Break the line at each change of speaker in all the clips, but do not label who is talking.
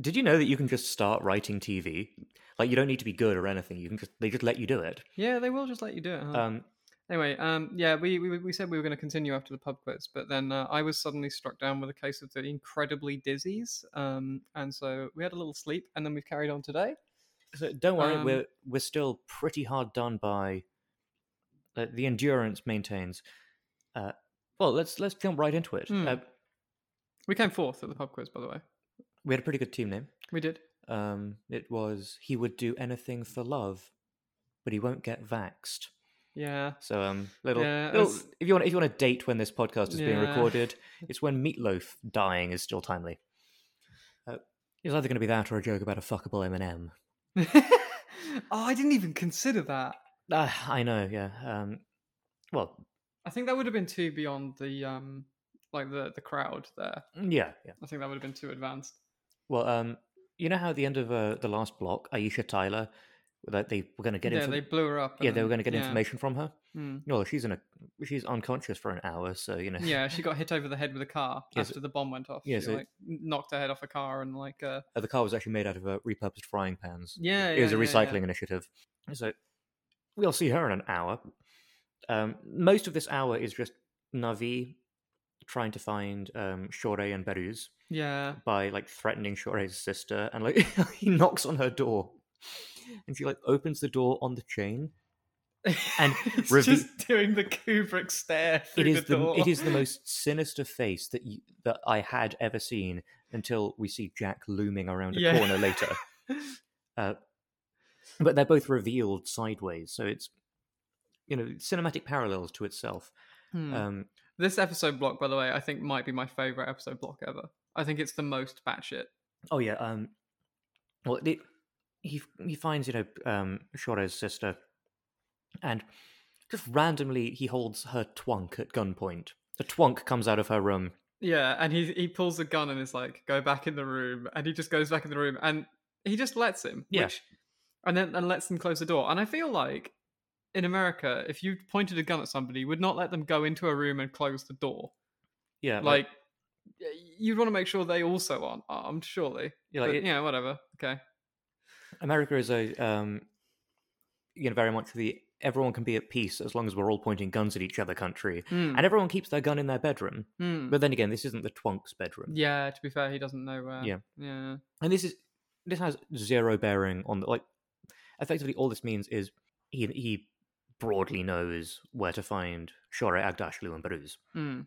Did you know that you can just start writing TV? Like you don't need to be good or anything. You can just they just let you do it.
Yeah, they will just let you do it. Huh?
Um,
anyway, um, yeah, we, we we said we were going to continue after the pub quiz, but then uh, I was suddenly struck down with a case of the incredibly dizzies, um, and so we had a little sleep, and then we've carried on today.
so don't worry,
Um,
we're we're still pretty hard done by uh, the endurance maintains. Uh, well, let's let's jump right into it.
Hmm.
Uh,
We came fourth at the pub quiz, by the way.
we had a pretty good team name.
We did.
Um, it was he would do anything for love, but he won't get vaxxed.
Yeah.
So um, little,
Yeah,
little
it's-
if you want if you want a date when this podcast is being
Yeah.
recorded, it's when meatloaf dying is still timely. Uh, it's either going to be that or a joke about a fuckable M&M.
oh, I didn't even consider that.
Uh, I know, yeah. Um, well,
I think that would have been too beyond the um, like the the crowd there.
yeah, yeah.
I think that would have been too advanced.
Well, um, you know how at the end of uh, the last block, Aisha Tyler, that they were going to get
yeah,
info-
they blew her up.
yeah
and
they were
then-
going to get
yeah.
information from her.
Mm.
No, she's in a she's unconscious for an hour, so you know.
Yeah, she got hit over the head with a car
Yes,
after the bomb went off.
yes,
she,
it-
like, knocked her head off a car and like uh,
Uh, the car was actually made out of uh, repurposed frying pans.
yeah,
it was a
yeah, yeah,
recycling
yeah.
initiative. So we'll see her in an hour. Um, most of this hour is just Navi trying to find um, Shore and Beruz
Yeah,
by like threatening Shore's sister, and like he knocks on her door, and she like opens the door on the chain. And
it's
reve-
just doing the Kubrick stare through
It is the,
the door.
it is the most sinister face that you, that I had ever seen until we see Jack looming around a
Yeah.
corner later. Uh, but they're both revealed sideways, so it's you know cinematic parallels to itself.
Hmm.
Um,
this episode block, by the way, I think might be my favorite episode block ever. I think it's the most batshit.
oh yeah, um, well it, he he finds you know um, Shore's sister, and just randomly he holds her twunk at gunpoint. The twunk comes out of her room.
Yeah, and he he pulls a gun and is like, "Go back in the room," and he just goes back in the room, and he just lets him.
Yeah.
Which, and then and lets them close the door. And I feel like in America, if you pointed a gun at somebody, you would not let them go into a room and close the door.
Yeah,
Like, y- you'd want to make sure they also aren't armed, surely.
yeah, like,
But,
it-
yeah, whatever. Okay.
America is a um, you know very much the everyone can be at peace as long as we're all pointing guns at each other country,
Hmm,
and everyone keeps their gun in their bedroom.
hmm.
But then again, this isn't the twonk's bedroom,
Yeah. To be fair, he doesn't know where.
Yeah.
Yeah.
and this is this has zero bearing on the like. Effectively, all this means is he he broadly knows where to find Shore Agdashlu and Baruz,
Hmm.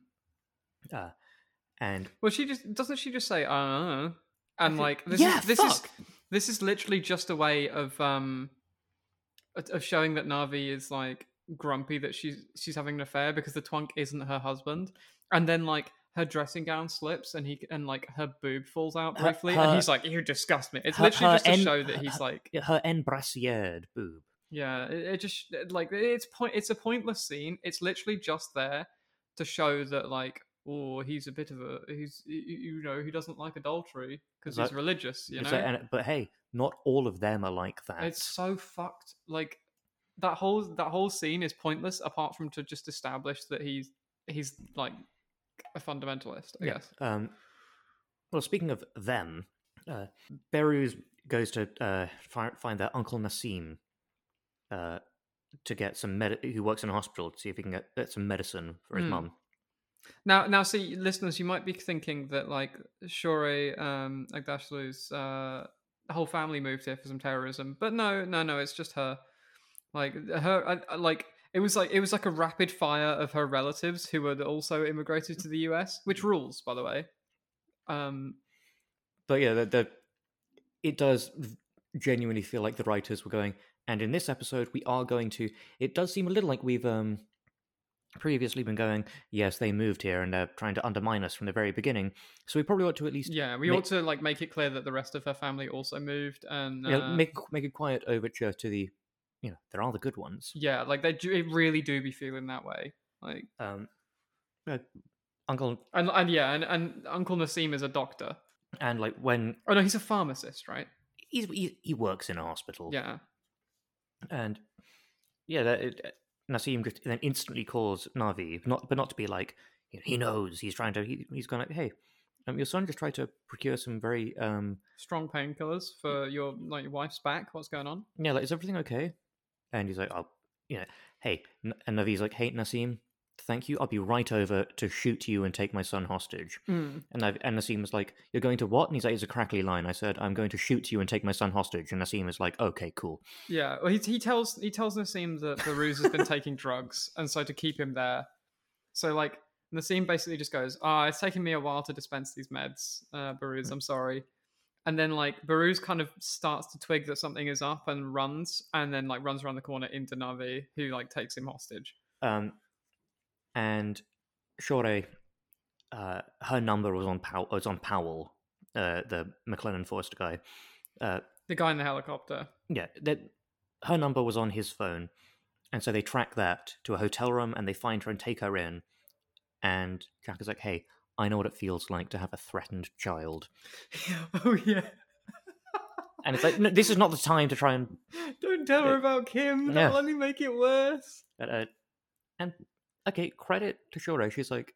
and
Well, she just doesn't she just say, "I don't know," and
think-
like this
Yeah,
is this
fuck!
is this is literally just a way of um of- of showing that Navi is like grumpy that she's she's having an affair because the twunk isn't her husband, and then like her dressing gown slips and he and like her boob falls out
Her-
briefly,
her-
and he's like, "You disgust me." It's
her-
literally
her
just to
en-
show that
her-
he's like,
her embrasiered boob.
yeah, it, it just like it's point. It's a pointless scene. It's literally just there to show that like, oh, he's a bit of a he's y- y- you know he doesn't like adultery because
It's like-
he's religious. You know,
It's like, and- but hey, not all of them are like that.
it's so fucked. Like that whole that whole scene is pointless apart from to just establish that he's he's like a fundamentalist. I
Yeah.
guess.
Um, well, speaking of them, uh, Beruz goes to uh, find, find their uncle Nassim uh, to get some med- who works in a hospital to see if he can get, get some medicine for his
Hmm.
mum.
Now, now, see, listeners, you might be thinking that like Shore um, Agdashlu's uh, whole family moved here for some terrorism, but no, no, no, it's just her. Like her, I, I- like it was like it was like a rapid fire of her relatives who had also immigrated to the US, which rules, by the way. Um,
But yeah, the, the it does v- genuinely feel like the writers were going. And in this episode, we are going to. It does seem a little like we've um, previously been going. Yes, they moved here and they're trying to undermine us from the very beginning. So we probably ought to at least
yeah, we
Ma-
ought to like make it clear that the rest of her family also moved, and
Yeah,
uh,
make make a quiet overture to the, you know, there are the good ones.
yeah, like they do, it really do be feeling that way, like
Um, uh, Uncle
and and yeah, and, and Uncle Nassim is a doctor.
and like when
Oh no, he's a pharmacist, right?
he's, he he works in a hospital.
Yeah.
and yeah, that it, uh, Nassim just then instantly calls Navi, not but not to be like you know, he knows he's trying to. He, he's going like, hey, Um, your son just tried to procure some very um,
Strong painkillers for your like your wife's back. What's going on?
yeah, like is everything okay? And he's like, oh, you know, hey, N- and Navi's like, hey, Nassim, thank you. I'll be right over to shoot you and take my son hostage. And I've, and Nassim was like, you're going to what? And he's like, it's a crackly line. I said, I'm going to shoot you and take my son hostage. And Nassim is like, okay, cool.
Yeah. Well, he, he tells he tells Nassim that the ruse has been taking drugs, and so to keep him there. So like Nassim basically just goes, "Ah, it's taken me a while to dispense these meds, uh, Baruz. I'm sorry." And then like Baruz kind of starts to twig that something is up and runs, and then like runs around the corner into Navi, who like takes him hostage.
Um, and Shore, uh, her number was on Powell, was on Powell, uh, the McLennan Forrester guy. Uh,
The guy in the helicopter.
yeah, that her number was on his phone, and so they track that to a hotel room and they find her and take her in. And Jack is like, "Hey, I know what it feels like to have a threatened child,"
oh yeah.
and it's like, "No, this is not the time to try and."
Don't tell her about Kim.
Yeah.
That'll only make it worse.
Uh, uh, and okay, credit to Shore, she's like,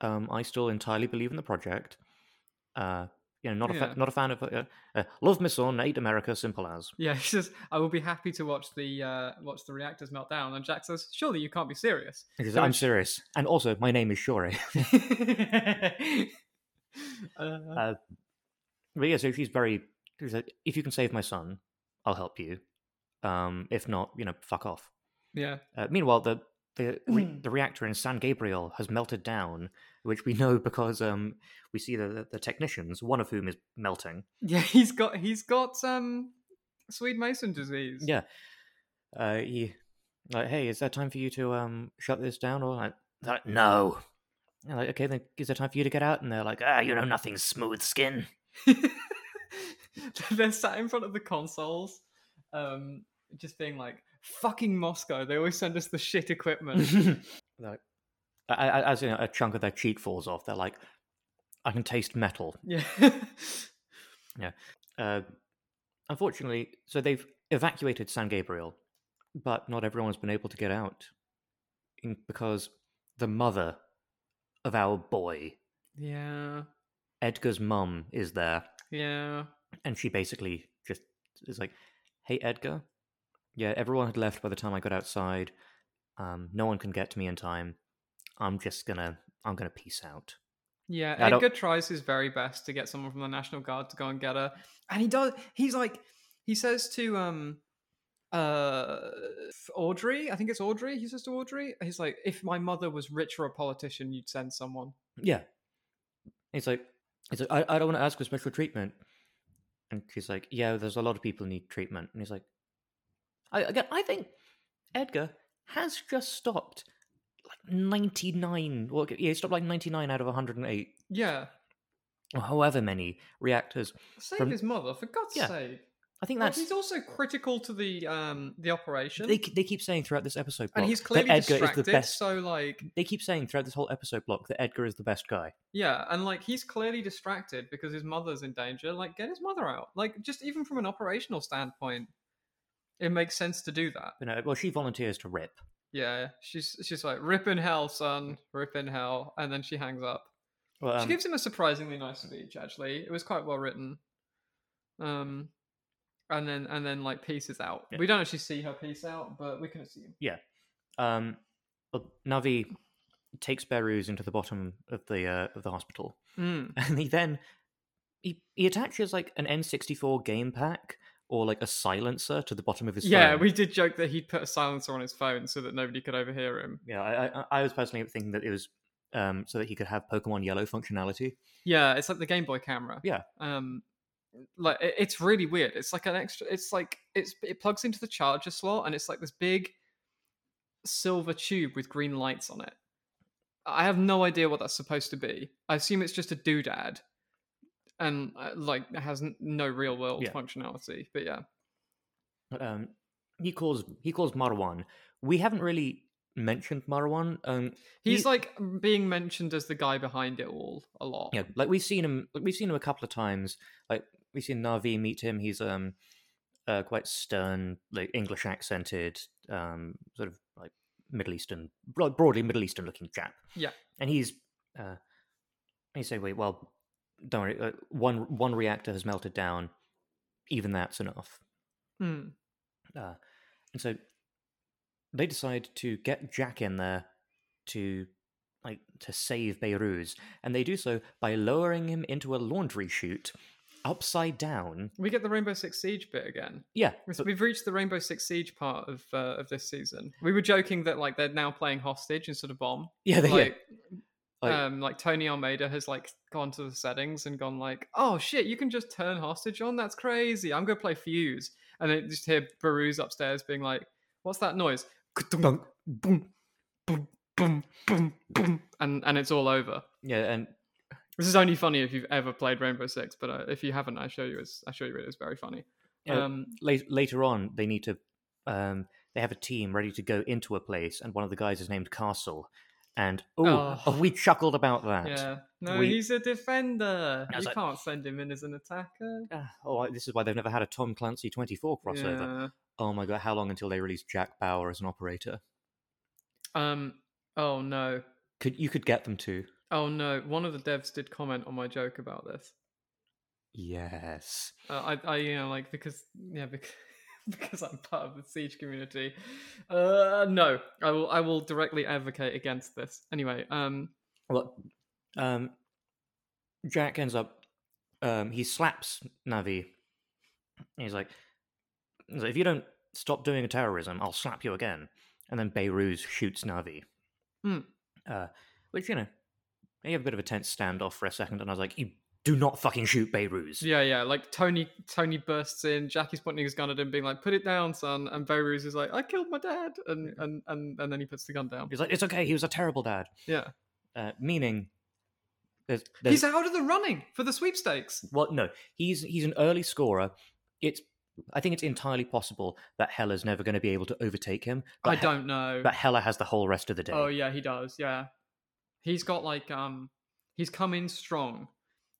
um, "I still entirely believe in the project." Uh, you know, not a fa-
Yeah.
not a fan of uh, uh, love, Miss On, hate America, simple as.
Yeah, he says, "I will be happy to watch the uh, watch the reactors melt down." And Jack says, "Surely you can't be serious."
Because
So
I'm
it's-
serious, and also my name is Shore.
Uh,
But yeah, so she's very. She's like, if you can save my son, I'll help you. Um, if not, you know, fuck off.
yeah,
Uh, meanwhile, the the re- the reactor in San Gabriel has melted down, which we know because um we see the the, the technicians, one of whom is melting.
yeah, he's got he's got um, Swede Mason disease.
Yeah. Uh, he like, hey, is that time for you to um shut this down? Or like, they're like no. And like, okay, then is there time for you to get out? And they're like, ah, you know nothing, smooth skin.
they're sat in front of the consoles, um, just being like, "Fucking Moscow!" They always send us the shit equipment.
like, I- I- as you know, a chunk of their cheek falls off, they're like, I can taste metal.
yeah,
Uh, unfortunately, so they've evacuated San Gabriel, but not everyone's been able to get out in, because the mother of our boy,
yeah,
Edgar's mum, is there,
yeah.
and she basically just is like, "Hey, Edgar, yeah, everyone had left by the time I got outside. Um, no one can get to me in time. I'm just gonna, I'm gonna peace out."
Yeah,
I don't-
Edgar tries his very best to get someone from the National Guard to go and get her, and he does. He's like, he says to um, uh, Audrey. I think it's Audrey. He says to Audrey, he's like, if my mother was rich or a politician, you'd send someone.
Yeah. He's like, he's like, I, I don't want to ask for special treatment. And she's like, yeah, there's a lot of people need treatment. And he's like, I again, I think Edgar has just stopped like 99, well, yeah, he stopped like 99 out of 108
Yeah,
or however many reactors.
save
From-
his mother for God's
Yeah,
sake.
I think
Like,
that's,
he's also critical to the um the operation,
they, ke- they keep saying throughout this episode block
and he's
that
clearly
Edgar
distracted.
is the best.
So like,
They keep saying throughout this whole episode block that Edgar is the best guy.
Yeah, and like he's clearly distracted because his mother's in danger. Like, get his mother out. Like, just even from an operational standpoint, it makes sense to do that.
You know, well, she volunteers to rip.
Yeah, she's she's like, rip in hell, son, rip in hell, and then she hangs up.
Well,
she
um,
gives him a surprisingly nice speech. Actually, it was quite well written. Um, and then and then like peace is out.
Yeah.
We don't actually see her peace out, but we can assume.
Um, well, Navi takes Beruz into the bottom of the uh, of the hospital,
Mm.
and he then he, he attaches like an N64 game pack or like a silencer to the bottom of his
Yeah,
phone.
we did joke that he'd put a silencer on his phone so that nobody could overhear him.
yeah. I, I I was personally thinking that it was um so that he could have Pokemon Yellow functionality.
Yeah, it's like the Game Boy camera.
Yeah.
Um, like it- it's really weird. It's like an extra. It's like it's it plugs into the charger slot, and it's like this big silver tube with green lights on it. I have no idea what that's supposed to be. I assume it's just a doodad, and uh, like it has n- no real world
Yeah.
functionality. But yeah,
Um, he calls he calls Marwan. We haven't really mentioned Marwan. Um,
he's
He-
like being mentioned as the guy behind it all a lot.
yeah, like we've seen him. Like we've seen him a couple of times. Like we've seen Navi meet him. He's um, uh, quite stern, like English accented, um, sort of like Middle Eastern, broad, broadly Middle Eastern looking chap.
Yeah.
and he's uh, and you say, wait, well, don't worry. Uh, one one reactor has melted down. Even that's enough.
Hmm.
Uh, and so they decide to get Jack in there to like to save Beiruz, and they do so by lowering him into a laundry chute upside down.
We get the Rainbow Six Siege bit again.
Yeah,
We've-
but-
We've reached the Rainbow Six Siege part of uh, of this season. We were joking that like they're now playing hostage instead of bomb.
yeah, they,
Like,
Like-
um, like Tony Almeida has like gone to the settings and gone like, oh shit, you can just turn hostage on. That's crazy. I'm gonna play fuse, and then just hear Baruz upstairs being like, what's that noise? Ka-dunk, Boom, boom, boom, boom, boom, and and it's all over.
yeah, and
This is only funny if you've ever played Rainbow Six, but uh, if you haven't, I show you. It's, I show you it. It's very funny.
Yeah.
Um,
la- later on they need to um they have a team ready to go into a place, and one of the guys is named Castle, and ooh, oh,
Oh.
we chuckled about that.
Yeah. No,
We-
he's a defender.
I
You
was like-
can't send him in as an attacker.
Ah, oh, I- this is why they've never had a Tom Clancy 24 crossover. Oh my god, how long until they release Jack Bauer as an operator?
Yeah. Um. Oh no.
Could you could get them to?
Oh no. One of the devs did comment on my joke about this.
Yes.
Uh, I, I, you know, like because yeah, because, because I'm part of the siege community. Uh, no, I will, I will directly advocate against this. Anyway, um,
Well, um, Jack ends up. Um, he slaps Navi. He's like, he's like, "If you don't stop doing terrorism, I'll slap you again." And then Beirut shoots Navi.
Hmm.
Uh, which you know, they have a bit of a tense standoff for a second, and I was like, "You do not fucking shoot Beirut."
yeah, yeah, like Tony, Tony bursts in. Jackie's pointing his gun at him, being like, "Put it down, son." And Beirut is like, "I killed my dad," and and and and then he puts the gun down.
He's like, "It's okay. He was a terrible dad."
Yeah.
Uh, meaning, there's, there's
He's out of the running for the sweepstakes.
Well, no, he's he's an early scorer. It's I think it's entirely possible that Heller's never going to be able to overtake him. But
I
He-
don't know.
but Heller has the whole rest of the day.
Oh yeah, he does. Yeah, he's got like um, he's come in strong,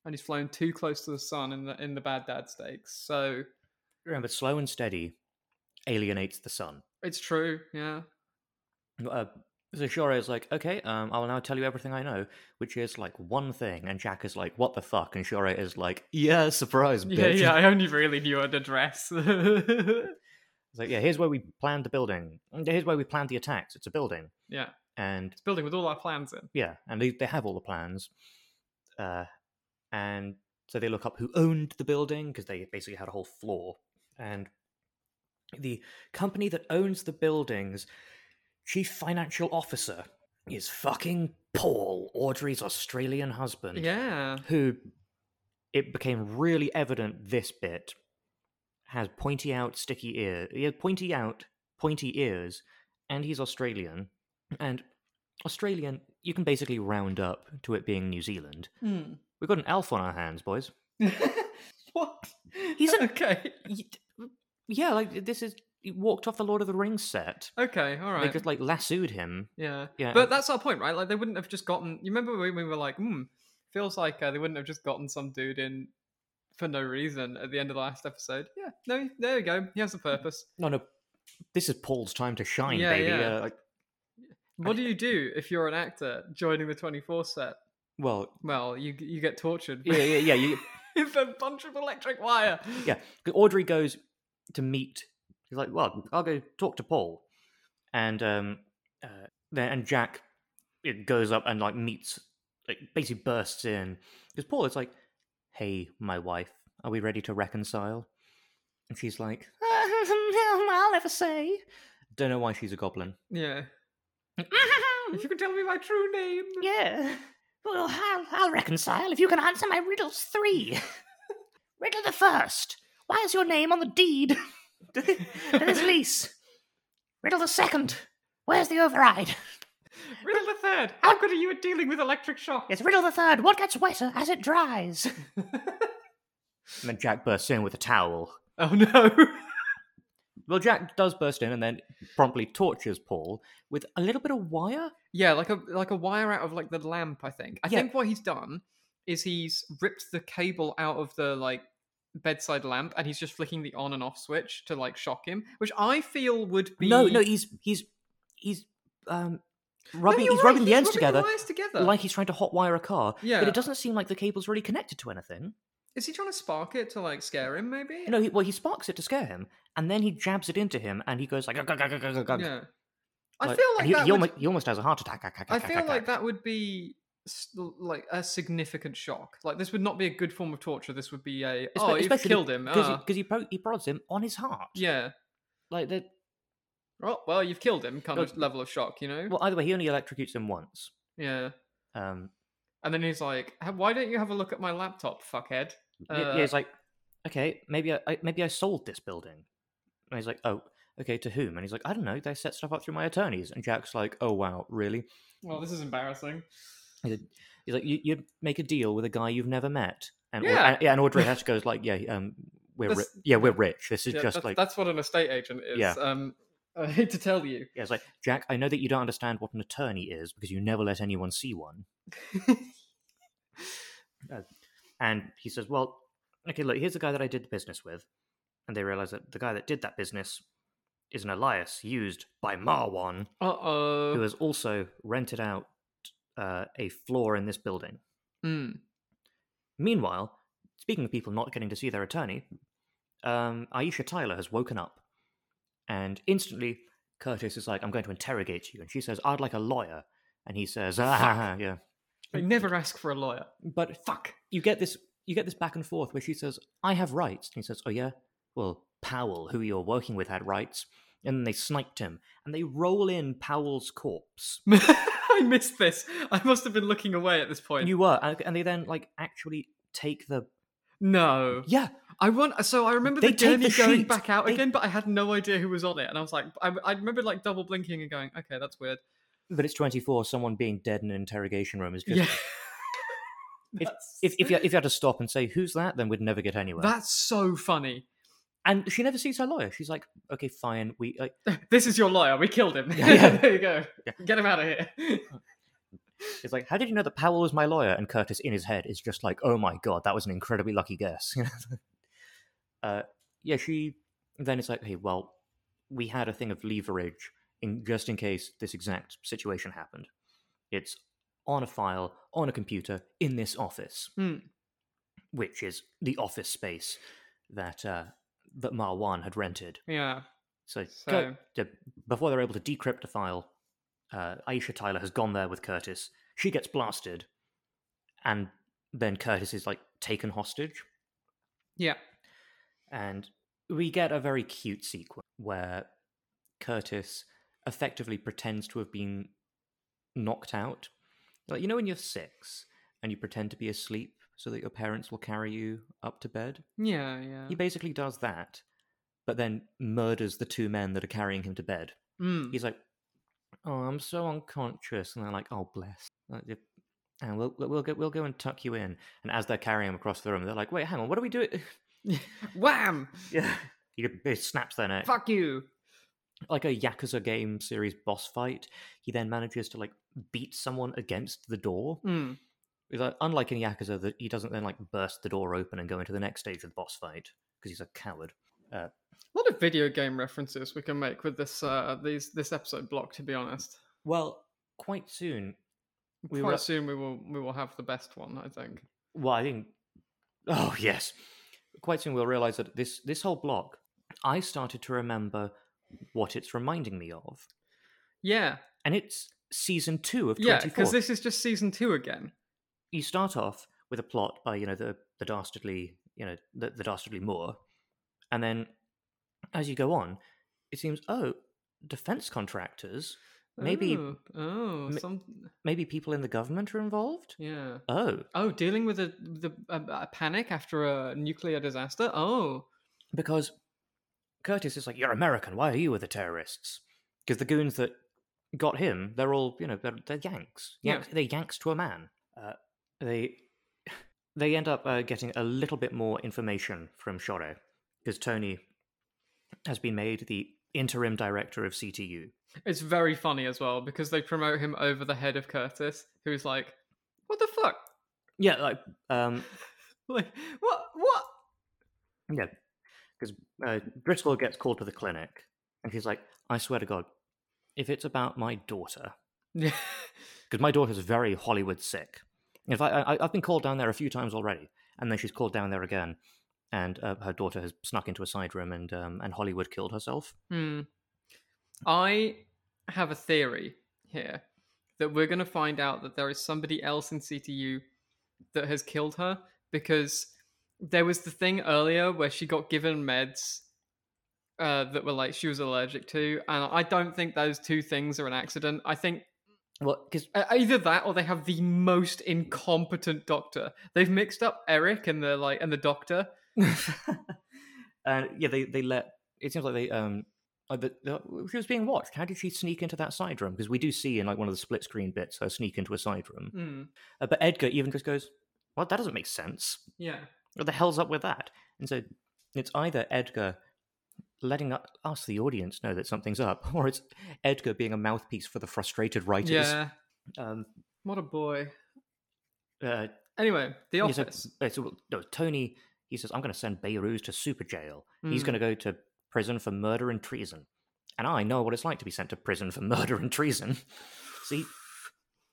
and he's flown too close to the sun in the in the bad dad stakes. So
Remember, slow and steady alienates the sun.
it's true. Yeah.
Uh, so Shore is like, okay, um, I will now tell you everything I know, which is like one thing, and Jack is like, what the fuck, and Shore is like, yeah, surprise, bitch.
Yeah, yeah. I only really knew an address. yeah.
It's like, yeah, here's where we planned the building. Here's where we planned the attacks. It's a building, and
It's a building with all our plans in.
yeah, and they, they have all the plans, uh, and so they look up who owned the building because they basically had a whole floor, and the company that owns the building's chief financial officer is fucking Paul Audrey's Australian husband,
Yeah.
who it became really evident this bit has pointy out sticky ear he had pointy out pointy ears and he's australian and australian you can basically round up to it being new zealand we've got an elf on our hands boys
what?
He's an-
okay.
Y- yeah like this is he walked off the lord of the rings set
Okay. All right.
they just like lassoed him
Yeah.
Yeah,
But
and-
that's our point, right? Like they wouldn't have just gotten. You remember when we were like, hmm, feels like uh, they wouldn't have just gotten some dude in for no reason at the end of the last episode. Yeah. No, there you go. He has a purpose.
no no this is paul's time to shine
Yeah,
baby
yeah.
Uh, like,
What do you do if you're an actor joining the 24 set?
well
Well, you you get tortured
yeah yeah yeah you,
with a bunch of electric wire.
Yeah, 'cause Audrey goes to meet. He's like, "Well, I'll go talk to Paul," and um, uh, then and Jack it goes up and like meets, like basically bursts in because Paul is like, "Hey, my wife, are we ready to reconcile?" And she's like, "I'll never say." Don't know why she's a goblin.
Yeah. If you can tell me my true name.
yeah. Well, I'll, I'll reconcile if you can answer my riddles three. Riddle the first. Why is your name on the deed to thi- to this lease? Riddle the second. Where's the override?
Riddle the third. How good are you at dealing with electric shock?
It's riddle the third. What gets wetter as it dries? and then Jack bursts in with a towel.
Oh no.
Well, Jack does burst in and then promptly tortures Paul with a little bit of wire.
Yeah, like a like a wire out of like the lamp. I think. I
Yeah.
think what he's done is he's ripped the cable out of the like bedside lamp, and he's just flicking the on and off switch to like shock him, which I feel would be
No, no, he's he's he's um rubbing,
you're
he's
right,
rubbing the
he's
ends together
wires together.
like he's trying to hotwire a car. But
Yeah.
it doesn't seem like the cable's really connected to anything.
is he trying to spark it to like scare him? Maybe.
You know, he, well, he sparks it to scare him, and then he jabs it into him, and he goes like, "Gug, gug, gug, gug, gug, gug."
yeah. I
Like,
feel
and
like
he,
that.
he,
would-
almost, he almost has a heart attack. Gug, gug,
I
gug,
feel
gug,
like
gug.
that would be s- like a significant shock. Like this would not be a good form of torture. This would be a
Espe-
oh, you've
especially
killed him.
because
ah."
he, 'cause he, pro- he prods him on his heart.
yeah.
like that.
Oh, well, you've killed him. Kind
Look-
of level of shock, you know.
Well, either way, he only electrocutes him once.
yeah.
Um,
And then he's like, "H- "Why don't you have a look at my laptop, fuckhead?"
y- yeah,
Uh,
he's like, okay, maybe I, I maybe I sold this building, and he's like, oh, okay, to whom? And he's like, I don't know. They set stuff up through my attorneys. And Jack's like, oh wow, really?
Well, this is embarrassing.
He's like, he's like, you you make a deal with a guy you've never met, and Au-
Yeah.
and, yeah, and Audrey Hess goes like, yeah, um, we're ri-
That's-
yeah, we're rich. This is
Yeah,
just
that's,
like,
that's what an estate agent is.
Yeah.
Um, I hate to tell you.
yeah, it's like Jack. I know that you don't understand what an attorney is because you never let anyone see one. Uh, and he says, well, okay, look, here's the guy that I did the business with, and they realize that the guy that did that business is an Elias used by Marwan,
Uh oh.
who has also rented out uh, a floor in this building.
Hmm.
Meanwhile, speaking of people not getting to see their attorney, um, Aisha Tyler has woken up. And instantly, Curtis is like, I'm going to interrogate you. And she says, I'd like a lawyer. And he says, ah, yeah.
They never ask for a lawyer.
But
Fuck.
you get this you get this back and forth where she says, I have rights. And he says, Oh yeah? Well, Powell, who you're working with, had rights. And then they sniped him. And they roll in Powell's corpse.
I missed this. I must have been looking away at this point.
And you were. And and they then like actually take the
No,
Yeah.
I want. So I remember
They
the
take
journey
the
going
sheet.
back out
They-
again, but I had no idea who was on it, and I was like, I, I remember like double blinking and going, okay, that's weird.
But it's twenty four, someone being dead in an interrogation room is just
Yeah.
if, if, you, if you had to stop and say who's that, then we'd never get anywhere.
that's so funny.
And she never sees her lawyer. She's like, okay, fine. We like,
This is your lawyer. We killed him.
Yeah, yeah.
there you go.
Yeah.
Get him out of here.
it's like, how did you know that Powell was my lawyer? And Curtis in his head is just like, oh my god, that was an incredibly lucky guess. You know? uh, yeah, she. Then it's like, hey, well, we had a thing of leverage in just in case this exact situation happened. It's on a file on a computer in this office,
Hmm.
which is the office space that uh, that Marwan had rented.
Yeah.
So,
So-
Cur- to- before they're able to decrypt a file, uh, Aisha Tyler has gone there with Curtis. She gets blasted, and then Curtis is like taken hostage.
Yeah.
And we get a very cute sequence where Curtis effectively pretends to have been knocked out. Like, you know, when you're six and you pretend to be asleep so that your parents will carry you up to bed?
Yeah. Yeah.
He basically does that, but then murders the two men that are carrying him to bed.
Mm.
He's like, "Oh, I'm so unconscious," and they're like, "Oh, bless." Like, "Yep. And we'll we'll we'll go we'll go and tuck you in. And as they're carrying him across the room, they're like, "Wait, hang on, what do we do?"
Wham!
yeah, he, he snaps their neck
Fuck you.
like a Yakuza game series boss fight. He then manages to like beat someone against the door.
Mm.
He's like, unlike in Yakuza, that he doesn't then like burst the door open and go into the next stage of the boss fight because he's a coward.
A lot of video game references we can make with this uh these this episode block. To be honest,
Well, quite soon we
quite
were
soon we will we will have the best one. I think.
Well, I think. Oh yes, quite soon we'll realize that this this whole block, I started to remember what it's reminding me of,
Yeah.
and it's season two of
Yeah.
twenty four.
Because this is just season two again.
You start off with a plot by you know the the dastardly you know the, the dastardly Moor, and then as you go on, it seems oh defense contractors, Maybe-
Oh, oh,
ma-
some
maybe people in the government are involved.
yeah.
Oh,
Oh, dealing with a the a, a panic after a nuclear disaster. Oh,
because Curtis is like, "You're American. Why are you with the terrorists?" Because the goons that got him, they're all you know, they're, they're Yanks.
Yeah.
Yanks They're Yanks to a man. Uh, they they end up uh, getting a little bit more information from Shore because Tony has been made the interim director of CTU.
it's very funny as well because they promote him over the head of Curtis, who's like, "What the fuck?
Yeah, like um,
Like, what? What?
yeah, because uh, Driscoll gets called to the clinic, and she's like, "I swear to God, if it's about my daughter,
Yeah.
because my daughter's very Hollywood sick. In fact, I, I- I've been called down there a few times already, and then she's called down there again, and uh, her daughter has snuck into a side room and um, and Hollywood killed herself.
Hmm. I have a theory here that we're going to find out that there is somebody else in CTU that has killed her because there was the thing earlier where she got given meds uh, that were like she was allergic to, and I don't think those two things are an accident. I think
Well, because
uh, either that or they have the most incompetent doctor. They've mixed up Eric and the like and the doctor.
and yeah, they they let it seems like they um like the, the, she was being watched. How did she sneak into that side room? Because we do see in like one of the split screen bits her sneak into a side room.
Hmm.
Uh, but Edgar even just goes, "Well, that doesn't make sense.
Yeah.
What the hell's up with that?" And so it's either Edgar letting u- us, the audience, know that something's up, or it's Edgar being a mouthpiece for the frustrated writers.
Yeah.
Um,
What a boy.
uh,
Anyway, The
yeah, so-
Office.
uh, so, no, Tony, he says, I'm going to send Beirut to super jail. He's
Mm.
going to go to prison for murder and treason. And I know what it's like to be sent to prison for murder and treason. See,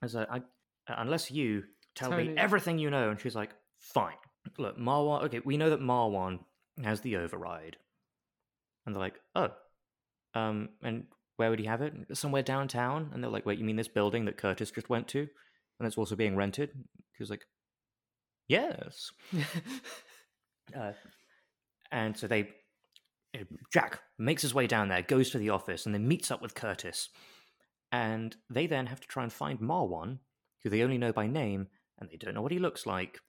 as a, I, unless you tell me
Tony.
everything you know, and she's like, fine. Look, Marwan, okay, we know that Marwan has the override. And they're like, oh, um, and where would he have it? Somewhere downtown? And they're like, wait, you mean this building that Curtis just went to? And it's also being rented? He was like, yes. Uh, and so they, uh, Jack makes his way down there, goes to the office, and then meets up with Curtis. And they then have to try and find Marwan, who they only know by name, and they don't know what he looks like.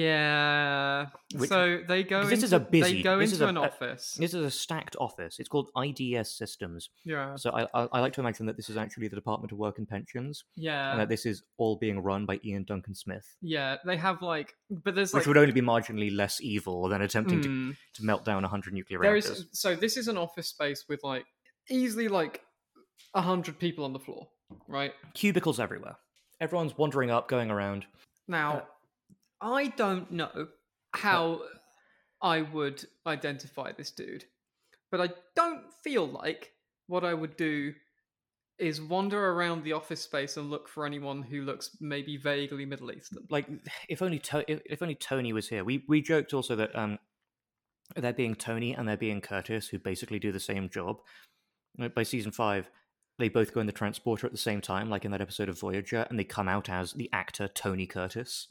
yeah.
Which-
so they go.
Because
Into,
this is a busy-
They go
this
into
is a-
an
a-
office.
This is a stacked office. It's called IDS Systems.
yeah.
So I, I, I like to imagine that this is actually the Department of Work and Pensions, and
Yeah.
that this is all being run by Ian Duncan Smith,
Yeah. They have like, but there's
which
like.
would only be marginally less evil than attempting to,
mm,
to melt down 100 nuclear
there
reactors.
is so this is an office space with like easily like a hundred people on the floor, right?
Cubicles everywhere. Everyone's wandering up, going around. Uh,
Now, I don't know how I would identify this dude, but I don't feel like what I would do is wander around the office space and look for anyone who looks maybe vaguely Middle Eastern.
like if only to- if, if only Tony was here. We we joked also that um there being Tony and there being Curtis who basically do the same job. Like, By season five, they both go in the transporter at the same time, like in that episode of Voyager, and they come out as the actor Tony Curtis.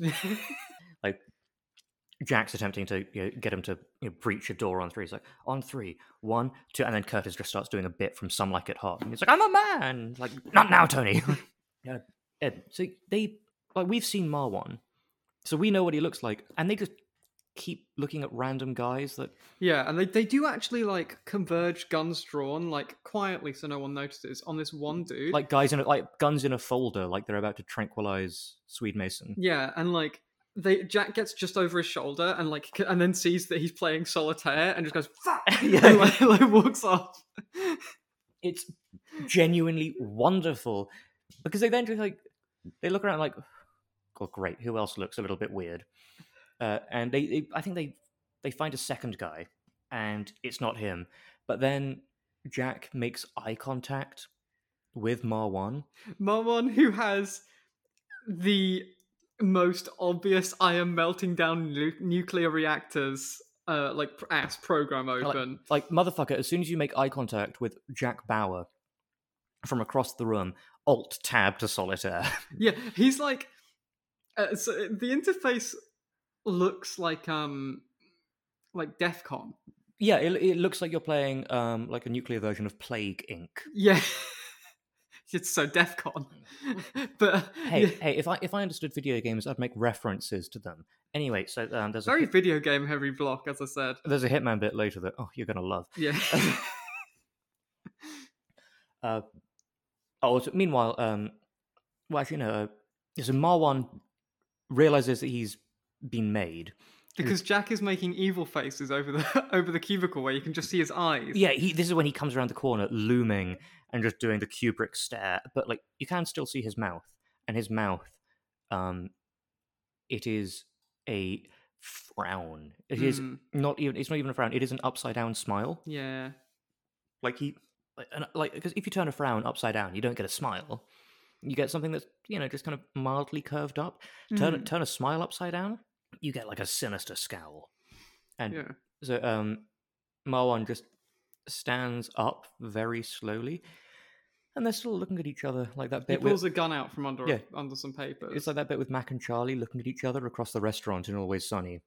Jack's attempting to you know, get him to you know, breach a door on three. He's like, on three, one, two, and then Curtis just starts doing a bit from Some Like It Hot. And he's like, I'm a man. Like, not now, Tony. yeah. Ed, so they, like, we've seen Marwan, so we know what he looks like, and they just keep looking at random guys that
yeah, and they, they do actually like converge guns drawn, like quietly so no one notices, on this one dude.
Mm, like guys in a, like guns in a folder, like they're about to tranquilize Swede Mason.
Yeah, and like they Jack gets just over his shoulder and like c- and then sees that he's playing solitaire and just goes fuck
Yeah.
and like, like walks off.
It's genuinely wonderful because they then just like they look around like, oh great, who else looks a little bit weird? Uh, and they, they, I think they, they find a second guy, and it's not him. But then Jack makes eye contact with Marwan,
Marwan who has the most obvious I am melting down nu- nuclear reactors uh like pr- ass program open.
like motherfucker. As soon as you make eye contact with Jack Bauer from across the room, Alt Tab to Solitaire.
Yeah, he's like uh, so the interface looks like um like DEFCON.
yeah, it, it looks like you're playing um like a nuclear version of Plague Inc.
Yeah. it's so DEFCON. but uh,
Hey,
yeah.
hey, if I if I understood video games, I'd make references to them. Anyway, so um, there's a
very video game heavy block, as I said.
there's a Hitman bit later that oh you're gonna love.
Yeah.
Uh, oh, so meanwhile, um, well actually no, uh, so Marwan realizes that he's been made.
because Jack is making evil faces over the over the cubicle where you can just see his eyes.
Yeah, he, this is when he comes around the corner, looming and just doing the Kubrick stare. But like you can still see his mouth, and his mouth, um, it is a frown. It is
Mm,
not even it's not even a frown it is an upside down smile
yeah.
uh, like he like- and like because if you turn a frown upside down you don't get a smile you get something that's you know just kind of mildly curved up. Turn
Mhm.
turn a smile upside down, you get like a sinister scowl. And
Yeah.
so um, Marwan just stands up very slowly, and they're still looking at each other like that
He
bit. with-
pulls a gun out from under
Yeah.
under some papers.
it's like that bit with Mac and Charlie looking at each other across the restaurant in Always Sunny.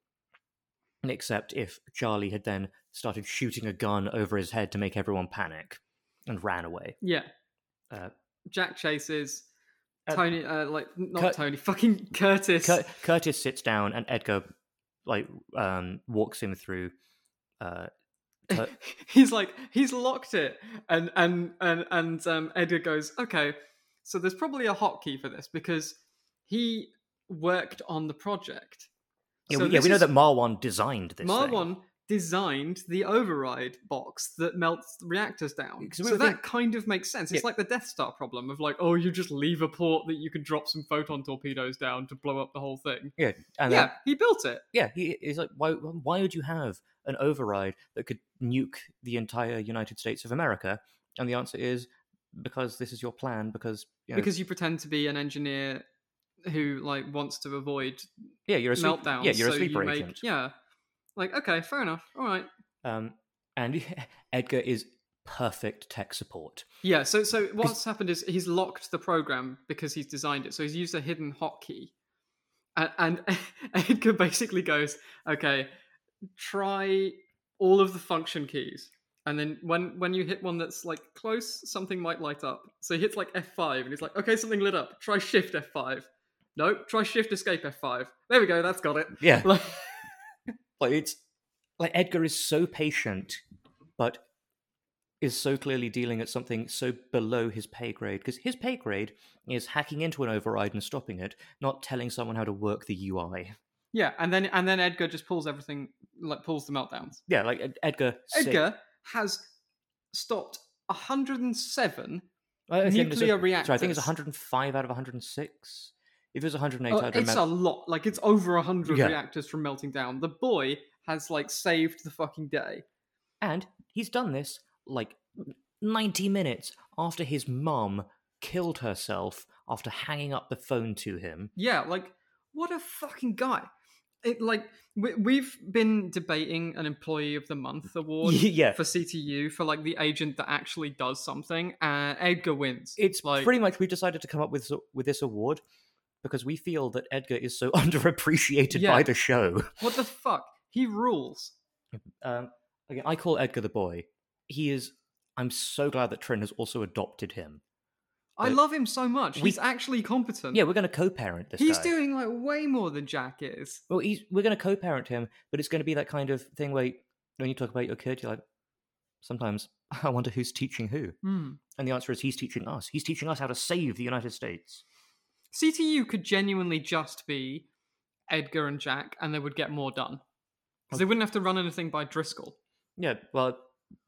Except if Charlie had then started shooting a gun over his head to make everyone panic and ran away.
yeah.
Uh,
Jack chases
Uh,
Tony. Uh, like not
Cur-
Tony. Fucking Curtis.
Cur- Curtis sits down and Edgar like um, walks him through. Uh, Cur-
he's like he's locked it, and and and and um, Edgar goes okay. So there's probably a hotkey for this because he worked on the project.
yeah,
So
we, yeah,
this
we know
is-
that Marwan designed this. thing.
Marwan designed the override box that melts reactors down.
Because we
So
were
that
think-
kind of makes sense. It's
Yeah.
like the Death Star problem of like, oh, you just leave a port that you can drop some photon torpedoes down to blow up the whole thing.
And
yeah,
then-
he built it.
yeah, he is like, why? Why would you have an override that could nuke the entire United States of America? And the answer is because this is your plan. Because you know,
Because you pretend to be an engineer who like wants to avoid
yeah, you're a sleep,
meltdowns.
yeah, you're
so
a sleeper
you make-
agent.
Yeah. Like, okay, fair enough. All right.
Um, and Edgar is perfect tech support.
Yeah, so so what's happened is he's locked the program because he's designed it. So he's used a hidden hotkey. And, and Edgar basically goes, okay, try all of the function keys. And then when when you hit one that's like close, something might light up. So he hits like F5 and he's like, okay, something lit up. Try shift F5. Nope, try shift escape F5. There we go, that's got it.
Yeah,
Like,
like it's like Edgar is so patient, but is so clearly dealing at something so below his pay grade because his pay grade is hacking into an override and stopping it, not telling someone how to work the UI.
yeah, and then and then Edgar just pulls everything like pulls the meltdowns.
Yeah, like Ed- Edgar. sit-
Edgar has stopped 107.
I think it's-
nuclear
Sorry, I think it's
reactors.
105 out of 106. If it was 108,
Oh,
I'd
it's
remember.
a lot. Like it's over 100
Yeah.
reactors from melting down. The boy has like saved the fucking day.
And he's done this like 90 minutes after his mum killed herself after hanging up the phone to him.
Yeah, like what a fucking guy. It like we, we've been debating an employee of the month award
yeah,
for CTU for like the agent that actually does something and Edgar wins.
it's
like
pretty much we've decided to come up with with this award because we feel that Edgar is so underappreciated
Yeah.
by the show.
what the fuck? He rules.
Um, okay, I call Edgar the boy. He is. I'm so glad that Trin has also adopted him.
I
But
love him so much.
we-
He's actually competent.
Yeah, we're going to co-parent this.
Um, He's
guy.
doing like way more than Jack is.
Well, he's, we're going to co-parent him, but it's going to be that kind of thing where when you talk about your kid, you're like, sometimes I wonder who's teaching who,
Hmm.
and the answer is he's teaching us. He's teaching us how to save the United States.
CTU could genuinely just be Edgar and Jack, and they would get more done. 'Cause they wouldn't have to run anything by Driscoll.
Yeah. Well,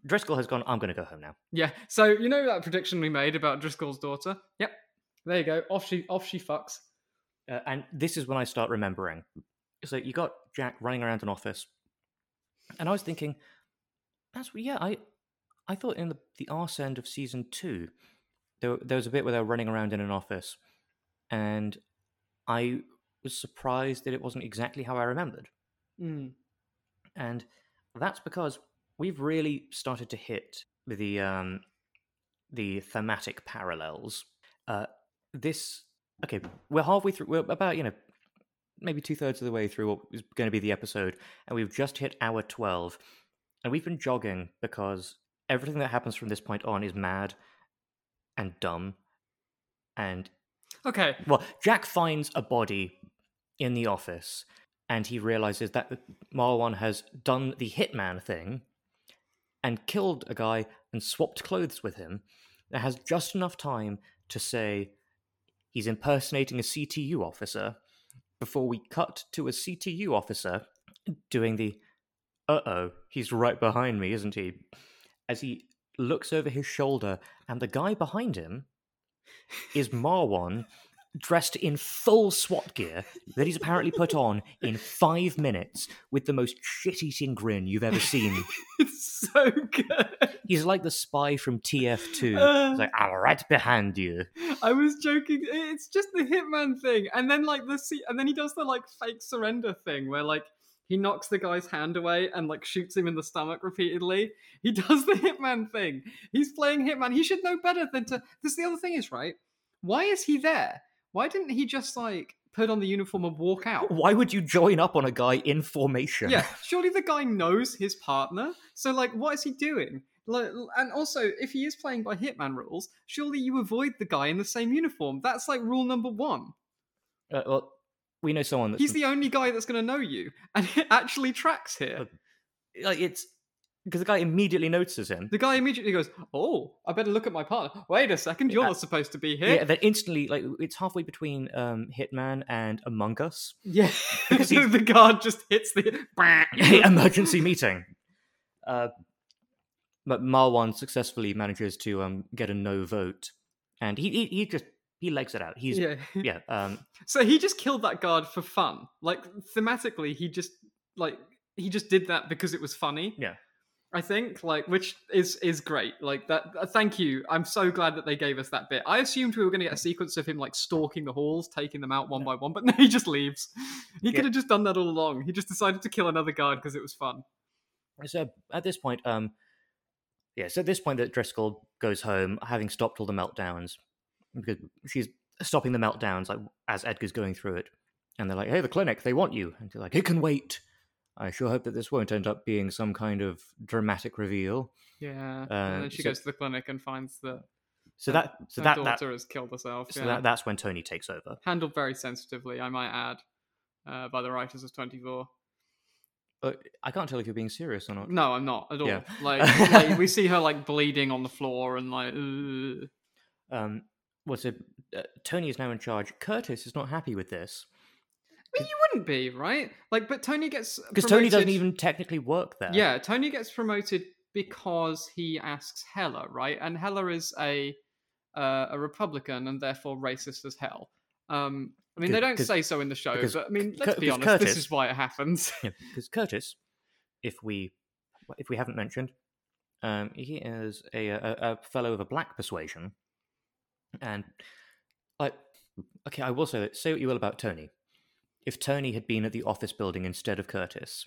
Driscoll has gone. I'm going to go home now.
Yeah. So you know that prediction we made about Driscoll's daughter? Yep. There you go. Off she off she fucks.
Uh, and this is when I start remembering. So you got Jack running around an office, and I was thinking, that's yeah. I I thought in the the arse end of season two, there there was a bit where they were running around in an office, and I was surprised that it wasn't exactly how I remembered,
Mm.
and that's because we've really started to hit the um the thematic parallels. Uh, this okay, we're halfway through. We're about you know maybe two thirds of the way through what is going to be the episode, and we've just hit hour twelve, and we've been jogging because everything that happens from this point on is mad and dumb, and
Okay.
well, Jack finds a body in the office, and he realizes that Marwan has done the hitman thing and killed a guy and swapped clothes with him. That has just enough time to say he's impersonating a CTU officer before we cut to a CTU officer doing the uh oh, he's right behind me, isn't he? As he looks over his shoulder, and the guy behind him is Marwan dressed in full SWAT gear that he's apparently put on in five minutes with the most shit eating grin you've ever seen.
it's so good.
He's like the spy from TF2.
Uh.
He's like, I'm right behind you.
I was joking. It's just the hitman thing, and then like the se- and then he does the like fake surrender thing where like he knocks the guy's hand away and like shoots him in the stomach repeatedly. He does the hitman thing. He's playing hitman. He should know better than to. This the other thing is right. Why is he there? Why didn't he just like put on the uniform and walk out?
Why would you join up on a guy in formation?
Yeah, surely the guy knows his partner. So like, what is he doing? Like, and also, if he is playing by Hitman rules, surely you avoid the guy in the same uniform. That's like rule number one.
Uh, well, we know someone that's
He's the only guy that's going to know you, and it actually tracks here.
like it's because the guy immediately notices him.
The guy immediately goes, "Oh, I better look at my partner. Wait a second, you're
Yeah.
not supposed to be
Yeah,
here."
then instantly, like it's halfway between um, Hitman and Among Us.
Yeah,
Because
so
he's-
the guard just hits the
Emergency meeting. Uh, but Marwan successfully manages to um, get a no vote, and he he, he just he legs it out. He's yeah,
Yeah.
um,
So he just killed that guard for fun. Like thematically, he just like he just did that because it was funny.
Yeah.
I think like which is is great. Like that. uh, Thank you. I'm so glad that they gave us that bit. I assumed we were going to get a sequence of him like stalking the halls, taking them out one by one, but no, he just leaves. He
Yeah.
could have just done that all along. He just decided to kill another guard because it was fun.
so at this point, um, yeah, so at this point that Driscoll goes home, having stopped all the meltdowns, because she's stopping the meltdowns like as Edgar's going through it, and they're like, "Hey, the clinic, they want you," and she's like, "It can wait." I sure hope that this won't end up being some kind of dramatic reveal.
Yeah.
Uh,
and then she
so-
goes to the clinic and finds that
So
Uh,
that, so
her
that, that,
daughter has killed herself.
so
yeah.
that, that's when Tony takes over.
Handled very sensitively, I might add, uh, by the writers of 24.
I can't tell if you're being serious or not.
No, I'm not at all.
Yeah.
Like, like we see her like bleeding on the floor and like. "Ugh."
Um, what's it? Uh, Tony is now in charge. Curtis is not happy with this
But you wouldn't be right. Like, but Tony gets
because Tony doesn't
promoted-
even technically work there.
Yeah, Tony gets promoted because he asks Hella, right? And Hella is a uh, a Republican and therefore racist as hell. Um, I mean, they
Good,
don't
'cause-
say so in the show,
because
but I mean,
C-
let's
C-
be
because
honest, this
Curtis-
is why it happens.
because Curtis, if we if we haven't mentioned, um, he is a, a, a fellow of a black persuasion, and I okay, I will say that. Say what you will about Tony. If Tony had been at the office building instead of Curtis,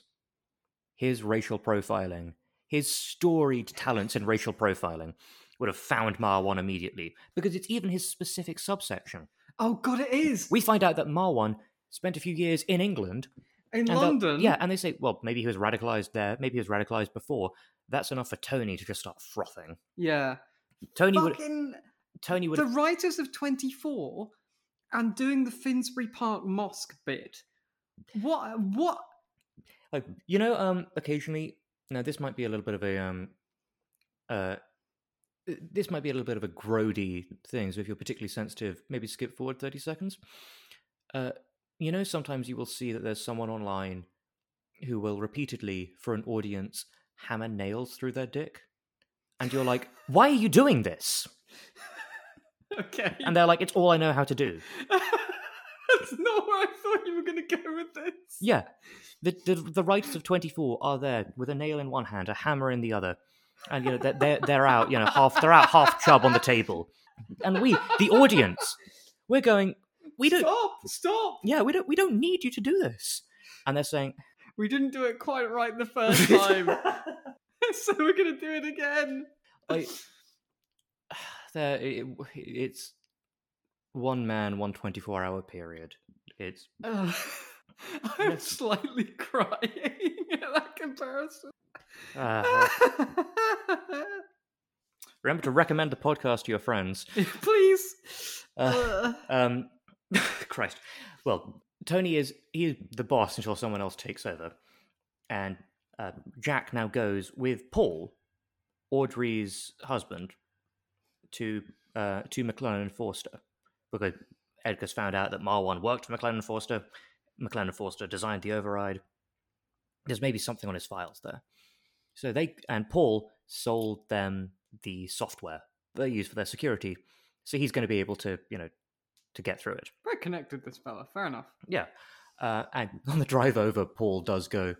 his racial profiling, his storied talents in racial profiling, would have found Marwan immediately because it's even his specific subsection.
oh God, it is
We find out that Marwan spent a few years in England
in
and they'll-
London.
Yeah, and they say, well, maybe he was radicalized there, maybe he was radicalized before. That's enough for Tony to just start frothing.
yeah.
Tony would
Fucking
Tony would
the writers of 24 and doing the Finsbury Park Mosque bit. What? What?
like you know, um occasionally now this might be a little bit of a um uh this might be a little bit of a grody thing, so if you're particularly sensitive, maybe skip forward thirty seconds. Uh you know sometimes you will see that there's someone online who will repeatedly, for an audience, hammer nails through their dick. And you're like, why are you doing this?
Okay.
And they're like, it's all I know how to do.
That's not where I thought you were going to go with this.
Yeah, the the, the writers of Twenty Four are there with a nail in one hand, a hammer in the other, and you know they're they're, they're out, you know, half they're out half chub on the table, and we, the audience, we're going, we don't,
Stop! Stop!
yeah, we don't we don't need you to do this, and they're saying,
We didn't do it quite right the first time, so we're going to do it again.
I, there, it, it's one man, one 24 hour period. It's
Ugh. I'm slightly crying at that comparison.
uh, Uh-huh. remember to recommend the podcast to your friends.
Please.
Uh,
Ugh.
Um, Christ. Well, Tony is he is the boss until someone else takes over, and uh, Jack now goes with Paul, Audrey's husband, to uh, to McLaren and Forster because Edgar's found out that Marwan worked for McLaren and Forster. McLaren and Forster designed the override. There's maybe something on his files there. So they and Paul sold them the software they use for their security. So he's going to be able to, you know, to get through it.
Very connected, this fella. Fair enough.
Yeah. Uh, and on the drive over, Paul does go,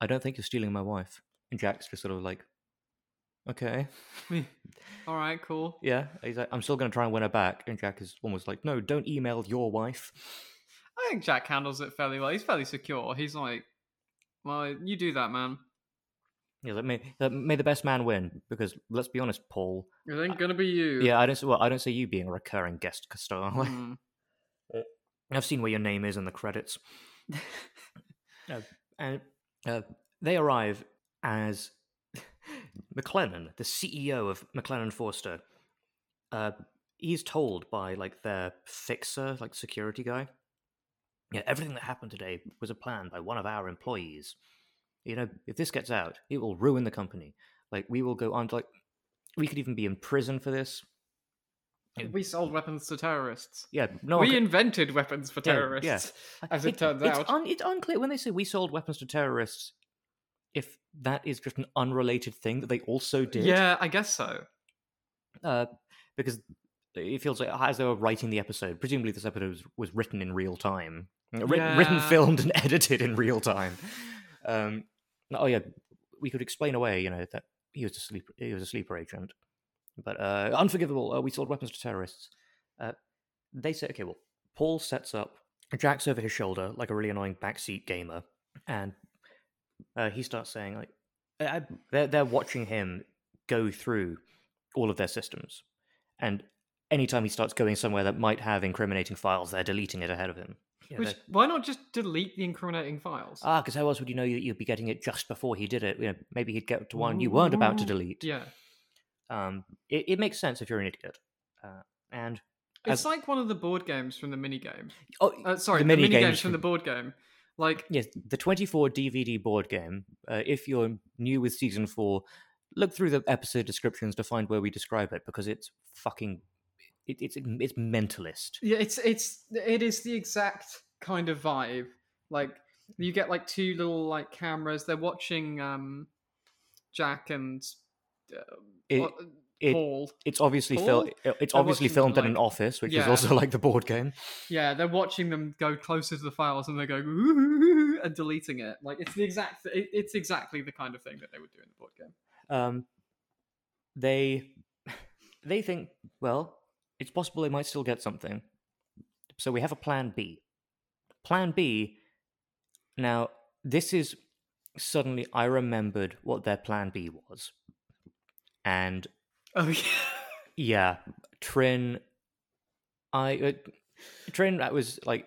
I don't think you're stealing my wife. And Jack's just sort of like, okay.
All right, cool.
Yeah. He's like, I'm still going to try and win her back. And Jack is almost like, no, don't email your wife.
I think Jack handles it fairly well. He's fairly secure. He's like, well, you do that, man.
He's like, may, uh, may the best man win. Because let's be honest, Paul.
It ain't gonna be you.
Yeah, I don't see, well, I don't see you being a recurring guest star. Like,
Hmm.
I've seen where your name is in the credits. Uh, and uh, they arrive as McLennan, the CEO of McLennan Forster. Uh, he's told by like their fixer, like security guy. Yeah, everything that happened today was a plan by one of our employees. You know, if this gets out, it will ruin the company. Like we will go on to like we could even be in prison for this.
We sold weapons to terrorists.
Yeah, no.
we
one could-
invented weapons for
Yeah, yeah.
terrorists. as it turns
it's
out.
un- it's unclear when they say we sold weapons to terrorists, if that is just an unrelated thing that they also did.
Yeah, I guess so.
uh, because it feels like as they were writing the episode, presumably this episode was, was written in real time, Uh, Writ- written,
Yeah.
filmed, and edited in real time. Um, oh yeah, we could explain away, you know, that he was a sleeper, he was a sleeper agent, but uh, unforgivable. Uh, we sold weapons to terrorists. Uh, they say, okay, well, Paul sets up Jack's over his shoulder like a really annoying backseat gamer, and uh, he starts saying like, I, I- they're they're watching him go through all of their systems. And anytime he starts going somewhere that might have incriminating files, they're deleting it ahead of him. Yeah,
Which
they-
why not just delete the incriminating files?
ah, because how else would you know that you'd be getting it just before he did it? You know, maybe he'd get to one you weren't about to
Ooh.
delete.
yeah,
Um, it, it makes sense if you're an idiot. Uh, and
it's
As-
like one of the board games from the mini game.
oh,
Uh, sorry,
The
the
mini
mini, games,
games
from the board game. Like,
yes, the 24 DVD board game. Uh, if you're new with season four, look through the episode descriptions to find where we describe it because it's fucking, it, it's it's mentalist.
yeah, it's it's it is the exact kind of vibe. Like, you get like two little like cameras. They're watching um, Jack and uh,
It-
what-
it-
Paul.
It's obviously fil- it's
They're
obviously
watching,
filmed in an
like-
office, which is
Yeah.
also like the board game.
Yeah, they're watching them go closer to the files, and they're going "Ooh," and deleting it. Like it's the exact, it, it's exactly the kind of thing that they would do in the board game.
Um, they they think well, it's possible they might still get something, so we have a plan B. Plan B. Now this is suddenly I remembered what their plan B was, and
Oh yeah,
yeah, Trin, I uh, Trin that was like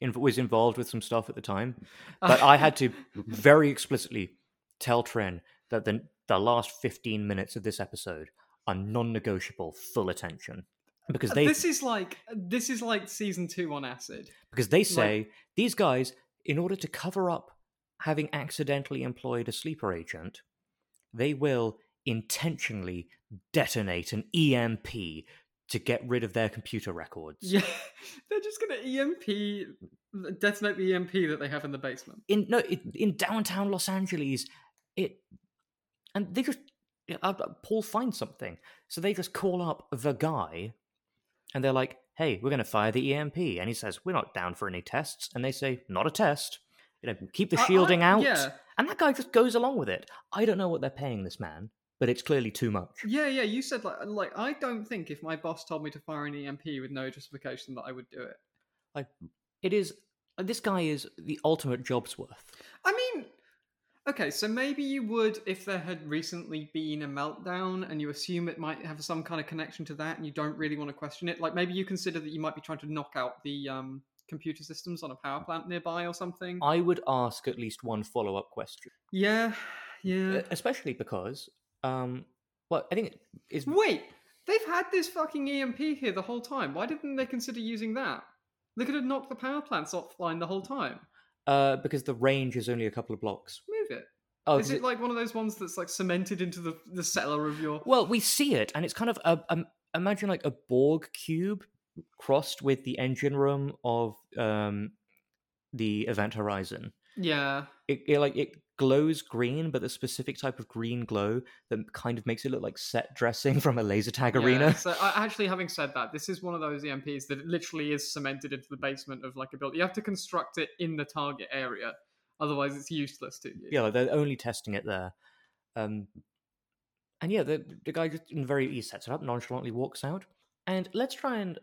in, was involved with some stuff at the time. but I had to very explicitly tell Tren that the the last fifteen minutes of this episode are non-negotiable full attention because they
Uh, this is like this is like season two on acid.
because they say these guys in order to cover up having accidentally employed a sleeper agent they will intentionally detonate an EMP to get rid of their computer records
Yeah, they're just gonna E EMP detonate the EMP E that they have in the basement.
in no it, in downtown Los Angeles. It and they just yeah, uh, uh, Paul finds something, so they just call up the guy, and they're like, "Hey, we're going to fire the EMP," and he says, "We're not down for any tests," and they say, "Not a test." You know, keep the
I- I-
shielding out,
Yeah,
and that guy just goes along with it. I don't know what they're paying this man, but it's clearly too much.
yeah, yeah. You said like like I don't think if my boss told me to fire an EMP with no justification that I would do it.
Like, it is. This guy is the ultimate job's worth.
I mean, okay, so maybe you would if there had recently been a meltdown and you assume it might have some kind of connection to that and you don't really want to question it. Like maybe you consider that you might be trying to knock out the um, computer systems on a power plant nearby or something.
I would ask at least one follow-up question.
yeah, yeah.
Uh, especially because um well i think it is
Wait, they've had this fucking EMP here the whole time. Why didn't they consider using that? They could have knocked the power plants offline the whole time.
uh because the range is only a couple of blocks
Move it.
oh
Is
'cause
it
it-
like one of those ones that's like cemented into the, the cellar of your
well we see it and it's kind of a um, imagine like a borg cube crossed with the engine room of um the event horizon
Yeah.
It, it like it glows green, but the specific type of green glow that kind of makes it look like set dressing from a laser tag
Yeah,
arena.
so I- actually, having said that, this is one of those EMPs that literally is cemented into the basement of like a building. You have to construct it in the target area, otherwise it's useless to you.
Yeah, like they're only testing it there. Um, and yeah, the, the guy just in very ease sets it up, nonchalantly walks out, and let's try and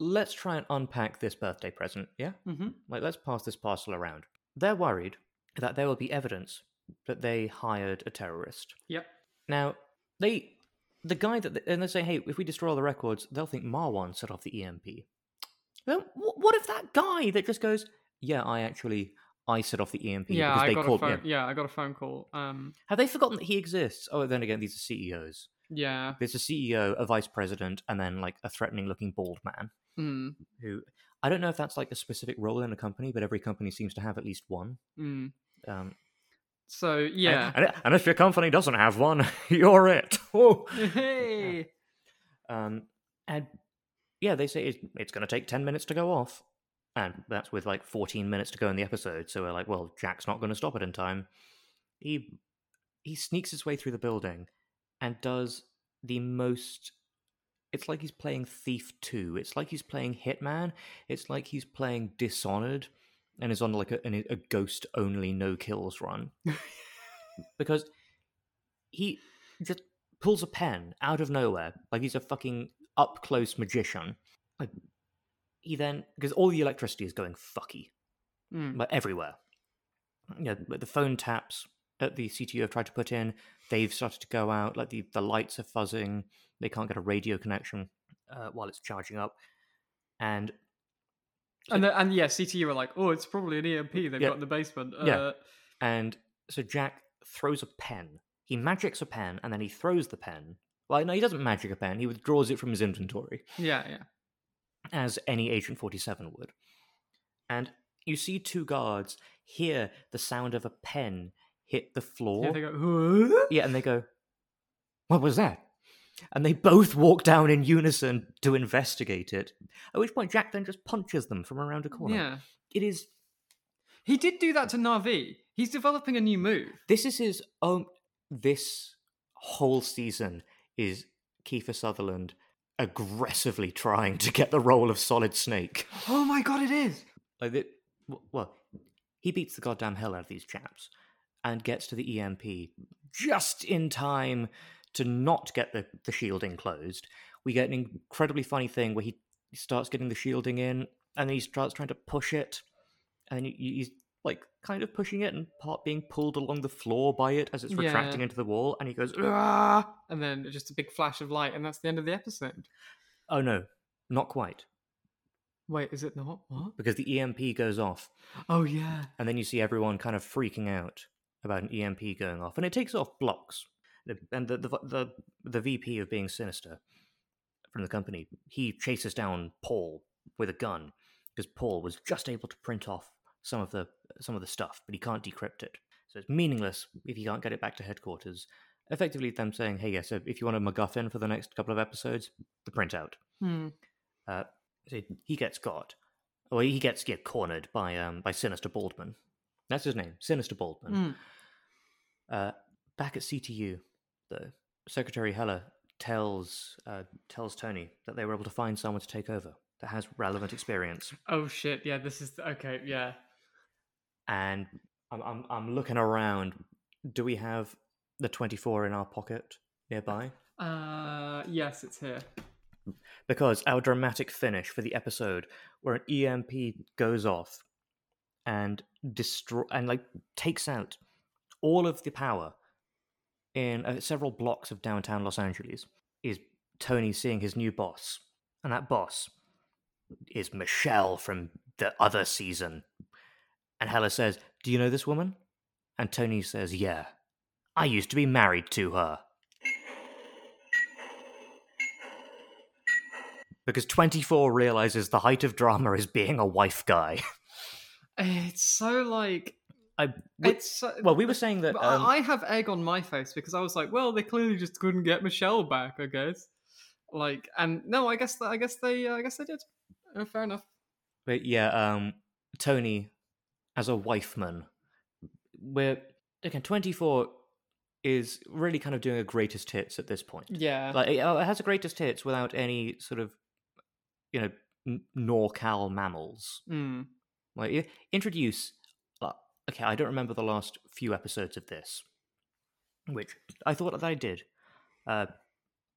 let's try and unpack this birthday present. Yeah.
hmm
Like, let's pass this parcel around. They're worried that there will be evidence that they hired a terrorist.
Yep.
Now, they, the guy that, and they say, hey, if we destroy all the records, they'll think Marwan set off the E EMP. Well, wh- what if that guy that just goes, yeah, I actually, I set off the EMP
Yeah,
because
I
they
got a
called
phone.
him.
Yeah, I got a phone call. Um,
Have they forgotten that he exists? Oh, then again, these are CEOs.
yeah.
There's a CEO, a vice president, and then like a threatening-looking bald man
Mm,
who I don't know if that's like a specific role in a company, but every company seems to have at least one.
mm.
Um,
So yeah.
And, and if your company doesn't have one, you're it. Whoa.
hey.
Um, and yeah, they say it's, it's going to take 10 minutes to go off. And that's with like 14 minutes to go in the episode. So we're like, well, Jack's not going to stop it in time. He he sneaks his way through the building and does the most. It's like he's playing Thief 2. It's like he's playing Hitman. It's like he's playing Dishonored and is on like a, an- a ghost only no kills run. because he just pulls a pen out of nowhere, like he's a fucking up close magician. Like, he then because all the electricity is going fucky,
Mm.
but everywhere. You know, but the phone taps that the CTO have tried to put in, they've started to go out. Like the the lights are fuzzing, they can't get a radio connection uh, while it's charging up, and
And the, and yeah, CTU were like, oh, it's probably an EMP they've
Yeah.
got in the basement. Uh,
Yeah. And so Jack throws a pen. He magics a pen and then he throws the pen. Well, no, he doesn't magic a pen. He withdraws it from his inventory,
Yeah. Yeah.
as any Agent 47 would. And you see two guards hear the sound of a pen hit the floor.
Yeah, they go, "Huh?"
Yeah, and they go, What was that? And they both walk down in unison to investigate it. At which point, Jack then just punches them from around a corner.
yeah.
It is
He did do that to Navi. He's developing a new move.
This is his own. This whole season is Kiefer Sutherland aggressively trying to get the role of Solid Snake.
Oh my god, it is.
Like it, well, he beats the goddamn hell out of these chaps and gets to the EMP just in time to not get the, the shielding closed. We get an incredibly funny thing where he starts getting the shielding in and then he starts trying to push it and he- he's like kind of pushing it and part being pulled along the floor by it as it's
Yeah.
retracting into the wall and he goes, "Ah!"
and then just a big flash of light, and that's the end of the episode.
oh no, not quite.
Wait, is it not? What?
Because the EMP goes off
Oh yeah.
and then you see everyone kind of freaking out about an EMP going off, and it takes off blocks. And the the the, the VP of being sinister from the company, he chases down Paul with a gun because Paul was just able to print off some of the some of the stuff, but he can't decrypt it, so it's meaningless if you can't get it back to headquarters. Effectively, them saying, "Hey, yeah, so if you want a MacGuffin for the next couple of episodes, the printout."
Hmm.
So he gets got, or he gets yeah, cornered by um by Sinister Baldman. That's his name, Sinister Baldman.
Mm.
Uh, back at CTU, though, Secretary Heller tells uh, tells Tony that they were able to find someone to take over that has relevant experience.
Oh shit. Yeah. This is okay. Yeah.
And I'm I'm, I'm looking around. Do we have the 24 in our pocket nearby?
Uh. Yes, it's here.
because our dramatic finish for the episode where an EMP goes off and destroy and like takes out all of the power in uh, several blocks of downtown Los Angeles is Tony seeing his new boss and that boss is Michelle from the other season and Hella says do you know this woman and Tony says yeah I used to be married to her because 24 realizes the height of drama is being a wife guy
It's so like
I we-
it's. So,
well, we were saying that.
but
Um,
I, I have egg on my face because I was like, well, they clearly just couldn't get Michelle back. I guess. Like, and no, I guess Uh, I guess they I guess they did. Uh, fair enough.
but yeah, um, Tony as a wife man, where again twenty four is really kind of doing a greatest hits at this point.
Yeah.
Like it uh, it has a greatest hits without any sort of you know n- NorCal mammals.
Mm.
Like i- introduce. Uh, okay, I don't remember the last few episodes of this, which I thought that I did. Uh,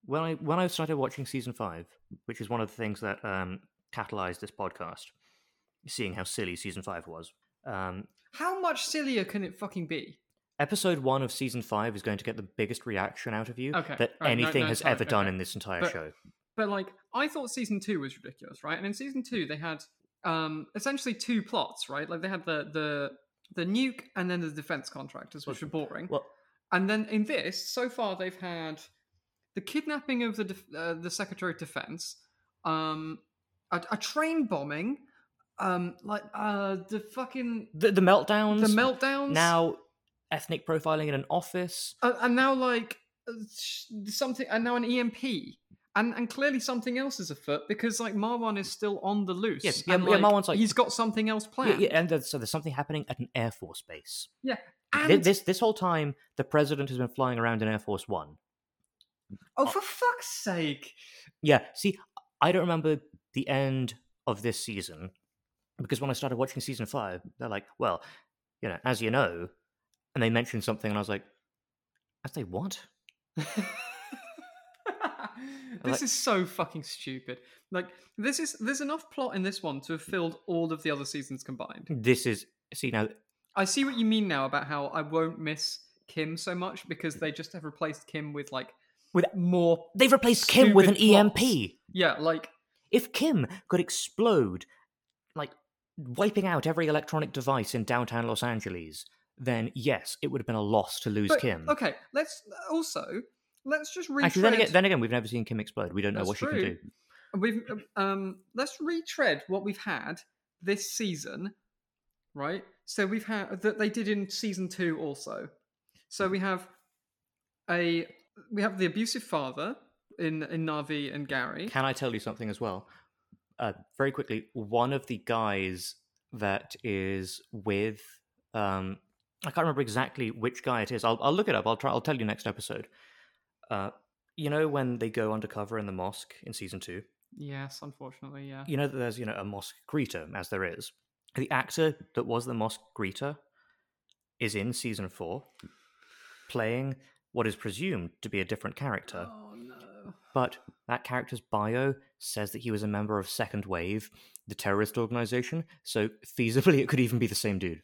when I when I started watching season five, which is one of the things that um, catalyzed this podcast, seeing how silly season five was. Um,
How much sillier can it fucking be?
episode one of season five is going to get the biggest reaction out of you
Okay,
that
right, no-
anything
no,
has
sorry,
ever done
okay.
in this entire
But-
show.
But like, I thought season two was ridiculous, right? And in season two, they had um essentially two plots, right? Like they had the the the nuke and then the defense contractors, which were boring.
Well,
And then in this, so far they've had the kidnapping of the def- uh, the Secretary of Defense, um, a, a train bombing, um, like uh, the fucking
the, the meltdowns.
the meltdowns.
now ethnic profiling in an office.
Uh, and now like uh, sh- something, and now an EMP, and and clearly something else is afoot because like Marwan is still on the loose.
Yes, yeah,
and,
yeah, Marwan's, like-
he's got something else
Yeah,
planned.
yeah, and there's, so there's something happening at an air force base. Thi-
And
this this whole time, the president has been flying around in Air Force One.
oh, for fuck's sake!
Yeah, see, I don't remember the end of this season because when I started watching season five, they're like, "Well, you know, as you know," and they mentioned something, and I was like, "I say what?"
this
Like-
is so fucking stupid. Like this is there's enough plot in this one to have filled all of the other seasons combined.
This is see now.
I see what you mean now about how I won't miss Kim so much because they just have replaced Kim with like
With-
more
They've replaced Kim with an
Stupid plots.
EMP.
yeah, like
If Kim could explode, like wiping out every electronic device in downtown Los Angeles, then yes, it would have been a loss to lose
but-
Kim.
Okay, let's also let's just retread.
Actually, then again, then again, we've never seen Kim explode. We don't know
That's
what she
true.
can do.
we've um let's retread what we've had this season right so we've had that they did in season two also so we have a we have the abusive father in in navi and gary
Can I tell you something as well? Uh, very quickly, one of the guys that is with, um, I can't remember exactly which guy it is. I'll, I'll look it up. I'll try. I'll tell you next episode. Uh, you know when they go undercover in the mosque in season two.
yes unfortunately yeah
You know that there's you know a mosque greeter as there is. The actor that was the mosque greeter is in season four, playing what is presumed to be a different character
oh no
but that character's bio says that he was a member of Second Wave, the terrorist organization, so feasibly it could even be the same dude.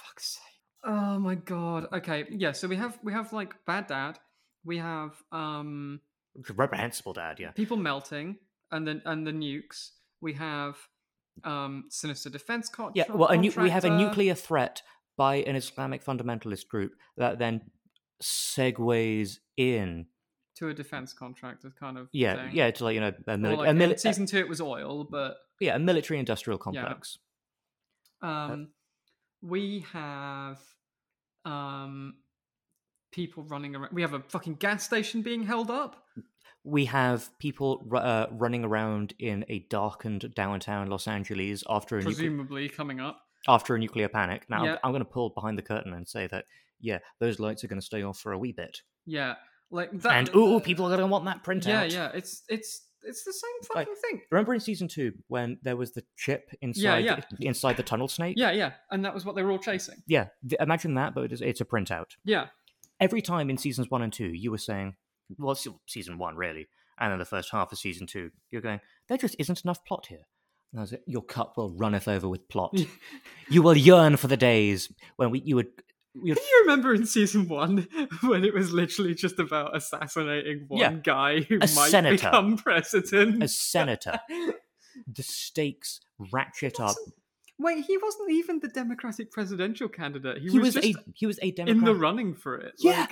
fuck's sake oh my god okay yeah so we have we have like bad dad we have um
Reprehensible dad, yeah.
people melting and then and the nukes we have um sinister defense co-
Yeah, well, a nu- we have a
contractor.
nuclear threat by an Islamic fundamentalist group that then segues in,
to a defense contractor kind of
yeah,
thing.
yeah, to like, you know, a,
Or
mili-
like
a,
in
mili-
season two it was oil but
yeah, a military industrial complex. Uh,
um we have um people running around we have a fucking gas station being held up
We have people ru- uh, running around in a darkened downtown Los Angeles after a nuclear
presumably coming up
after a nuclear panic. Now,
Yeah.
I'm, I'm going to pull behind the curtain and say that, yeah, those lights are going to stay off for a wee bit.
yeah like that
and, ooh, people are going to want that printout.
uh, yeah yeah it's it's it's the same
Like-
fucking thing
Remember in season two when there was the chip inside,
yeah.
The, inside the tunnel snake?
yeah yeah and that was what they were all chasing
Yeah, th- imagine that, but it's, it's a printout.
yeah
Every time in seasons one and two, you were saying, well, se- season one, really, and then the first half of season two, you're going, there just isn't enough plot here. And I was like, your cup will runneth over with plot. you will yearn for the days when we, you would. You would
Do you remember in season one when it was literally just about assassinating one
Yeah.
guy who
A
might
senator.
become president?
as senator, the stakes ratchet up.
Wait, he wasn't even the Democratic presidential candidate. He,
He,
was,
was,
just
a he was a Democrat.
in the running for it.
Yeah.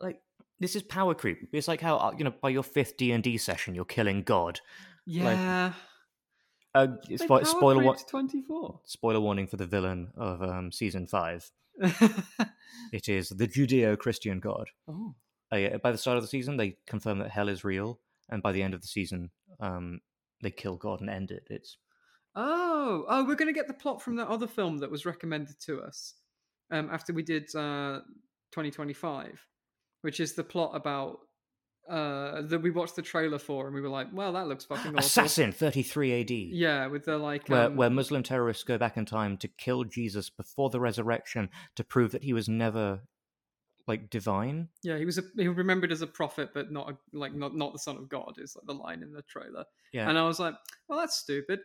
Like,
this is power creep. It's like how uh, you know by your fifth D and D session you're killing God.
yeah.
Uh,
They
spo- spoiler wa-
power-creeped 24.
spoiler warning for the villain of um, season five. It is the Judeo-Christian God.
oh.
Uh, yeah, by the start of the season, they confirm that hell is real, and by the end of the season, um, they kill God and end it. It's
Oh, oh, we're going to get the plot from that other film that was recommended to us um, after we did uh, 2025, which is the plot about uh, that we watched the trailer for and we were like, well, that looks fucking awesome.
Assassin 33 AD.
Yeah, with the like.
Where,
um,
where Muslim terrorists go back in time to kill Jesus before the resurrection to prove that he was never like divine.
Yeah, he was a, he was remembered as a prophet, but not a, like not not the son of God is like the line in the trailer.
Yeah.
And I was like, well, that's stupid.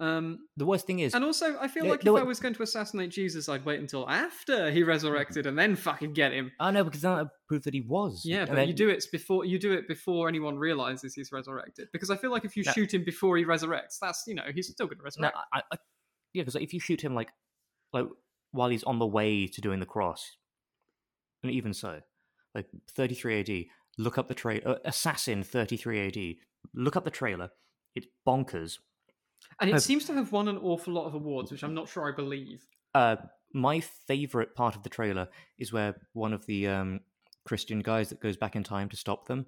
Um,
the worst thing is
and also, I feel
Yeah,
like if
no,
I
it-
was going to assassinate Jesus, I'd wait until after he resurrected and then fucking get him.
Oh no, because that would prove that he was.
Yeah,
And
but
then-
you do it before you do it before anyone realizes he's resurrected. Because I feel like if you
No.
shoot him before he resurrects, that's you know he's still going to
No,
resurrect.
I, I, yeah, because if you shoot him like, like while he's on the way to doing the cross, and even so, like 33 AD, look up the trailer. Uh, Assassin 33 AD, look up the trailer. It's bonkers.
and it
I-
seems to have won an awful lot of awards, which I'm not sure I believe.
Uh, my favorite part of the trailer is where one of the um, Christian guys that goes back in time to stop them,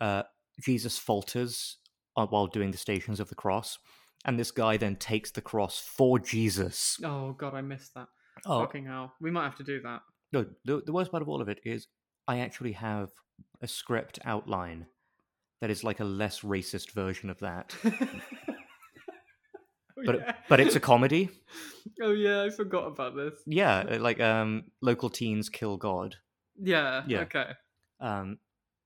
uh, Jesus falters uh, while doing the stations of the cross, and this guy then takes the cross for Jesus.
Oh god, I missed that.
Oh,
Fucking hell, we might have to do that.
No, the, the worst part of all of it is I actually have a script outline that is like a less racist version of that.
Oh,
But
yeah.
but it's a comedy.
oh yeah, I forgot about this.
Yeah, uh, like um local teens kill god.
Yeah,
Yeah.
Okay.
Um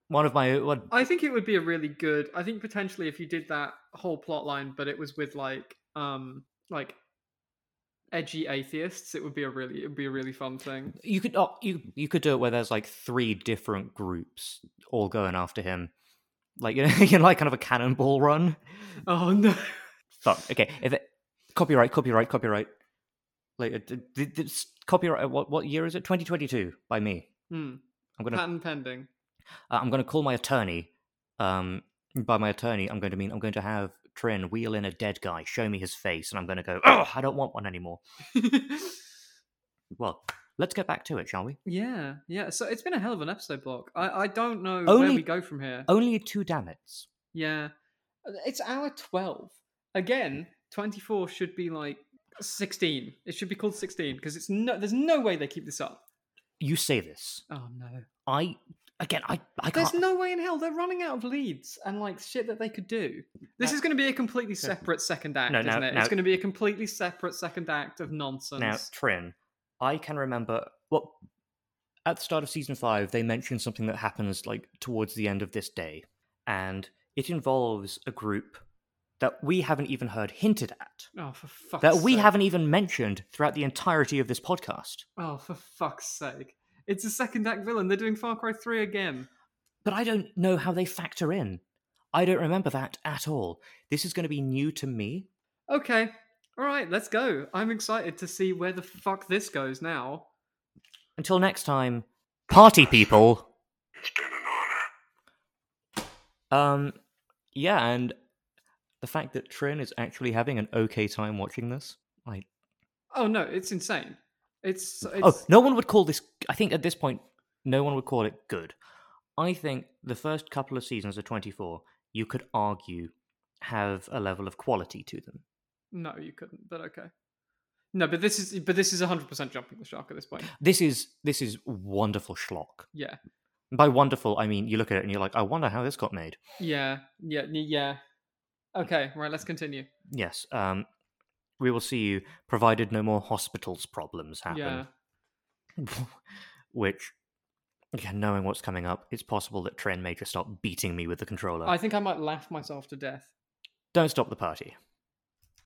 one of my one
I think it would be a really good. I think potentially if you did that whole plot line, but it was with like um like edgy atheists, it would be a really it would be a really fun thing.
you could oh, you you could do it where there's like three different groups all going after him. Like you know, you know like kind of a cannonball run.
Oh no.
Fuck. Okay. If it, copyright, copyright, copyright. Like uh, d- d- d- s- copyright. uh, What what year is it? Twenty twenty two by me.
Hmm.
I'm gonna
Patent pending.
uh, I'm going to call my attorney. Um, by my attorney, I'm going to mean I'm going to have Trin wheel in a dead guy, show me his face, and I'm going to go, oh, I don't want one anymore. Well, let's get back to it, shall we?
yeah, yeah. So it's been a hell of an episode block. I I don't know where
Only-
we go from here.
Only two damnits.
Yeah. It's hour 12. Again, 24 should be like 16. It should be called 16 because it's no there's no way they keep this up.
You say this.
Oh no.
I again, I I
There's
can't.
no way in hell they're running out of leads and like shit that they could do. This
No.
is going to be a completely separate second act,
No,
isn't
no,
it?
no.
It's going to be a completely separate second act of nonsense.
Now, Trin, I can remember well, at the start of season five, they mentioned something that happens like towards the end of this day, and it involves a group that we haven't even heard hinted at.
Oh, for fuck's
that we
sake.
haven't even mentioned throughout the entirety of this podcast.
Oh, for fuck's sake. It's a second act villain. They're doing Far Cry 3 again.
But I don't know how they factor in. I don't remember that at all. This is going to be new to me.
Okay. All right, let's go. I'm excited to see where the fuck this goes now.
Until next time, party people. Um, yeah, and the fact that Trin is actually having an okay time watching this. I
Oh no, it's insane. It's, it's
oh, no one would call this. I think at this point, no one would call it good. I think the first couple of seasons of 24, you could argue, have a level of quality to them.
no, you couldn't. But okay. No, but this is but this is 100% jumping the shark at this point.
This is this is wonderful schlock.
Yeah,
By wonderful, I mean you look at it and you're like, I wonder how this got made.
yeah, yeah, y- yeah. Okay, right. Let's continue.
Yes. Um, we will see you, provided no more hospitals problems
Yeah,
happen. Which, again, knowing what's coming up, it's possible that Tren may just start beating me with the controller.
I think I might laugh myself to death.
Don't stop the party.